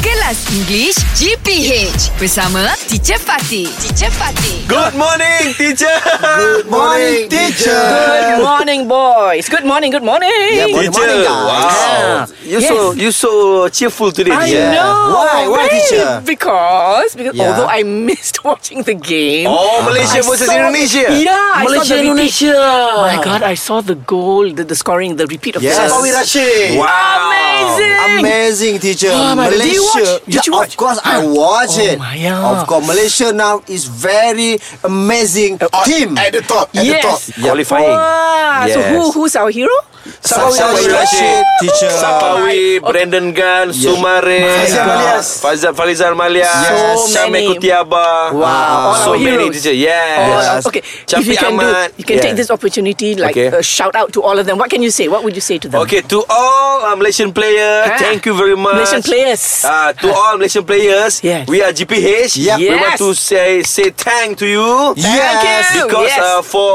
Kelas English GPH bersama Teacher Fatih. Teacher Fatih. Good morning, teacher. Good morning, teacher. Good morning, boys. Good morning. Good morning. Yeah, boy. teacher. Good morning, Wow. guys. Yeah. You so you so cheerful today. I teacher. know. Why? Why, babe? teacher? Because because Yeah. although I missed watching the game. Oh, Malaysia I versus saw- Indonesia. Malaysia Yeah, I saw the repeat. Indonesia. My God, I saw the goal, the, the scoring, the repeat of Yes. the Awi Rashid. Wow. Amazing. Amazing teacher. Oh, my- Malaysia. did you watch? Did Yeah, you watch? Of course, I watch Oh, it. my, yeah. Of course, Malaysia now is very amazing team. Uh, At the top. At yes. Qualifying. Wow. So Yes. who who's our hero? Safawi Safawi Rashid, Rashid. teacher. Safawi, Brandon Gunn, Sumare, Faizal Malias. Fazal Farizal Malias, Yes. So Syamil many. Kutiaba. Wow, all so our many heroes. teacher. Yes. Oh, okay. if you Syafiq can Ahmad. do, you can Yeah. take this opportunity, like Okay. uh, shout out to all of them. What can you say? What would you say to them? Okay, to all uh, Malaysian player, Ah. thank you very much. Malaysian players. Uh, to all Malaysian players, Yes. we are GPH. Yep. We Yes. want to say say thank to you. Thank Yes. you. Because Yes. uh, for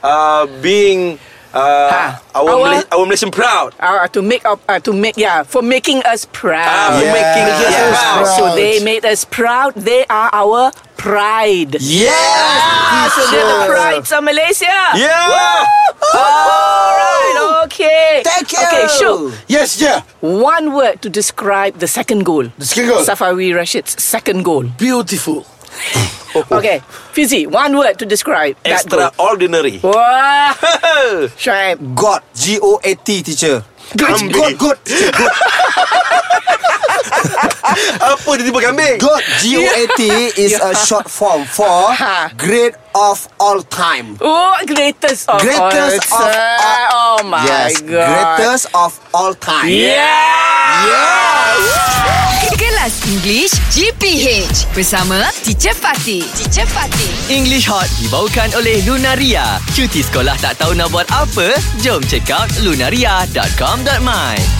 uh, being uh, Ah. our, Our- Malay- our Malaysian proud. uh, to make up uh, to make yeah for making us Ah, proud. for Yeah. making us Yes. proud. Proud. So they made us proud. They are our pride. Yes. Ah, so they're the prides of Malaysia. Yeah. All right. Okay. Thank you. Okay, sure. Yes, yeah. One word to describe the second goal. The second goal. Safawi Rashid's second goal. Beautiful. Oh, Okay, Fizi, one word to describe that Extraordinary. goal. Wow. Sure. God. G-O-A-T, teacher. Kambing. God, God, God, Apa tiba-tiba kambing? God, G-O-A-T is a short form for Ha. great of all time. Oh, greatest of Greatest all of time. all- Oh my yes, god. greatest of all time. Yeah. Yes. Kelas English GPH bersama Teacher Fatih. Teacher Fatih. English Hot dibawakan oleh Lunaria. Cuti sekolah tak tahu nak buat apa? Jom check out lunaria.com.my.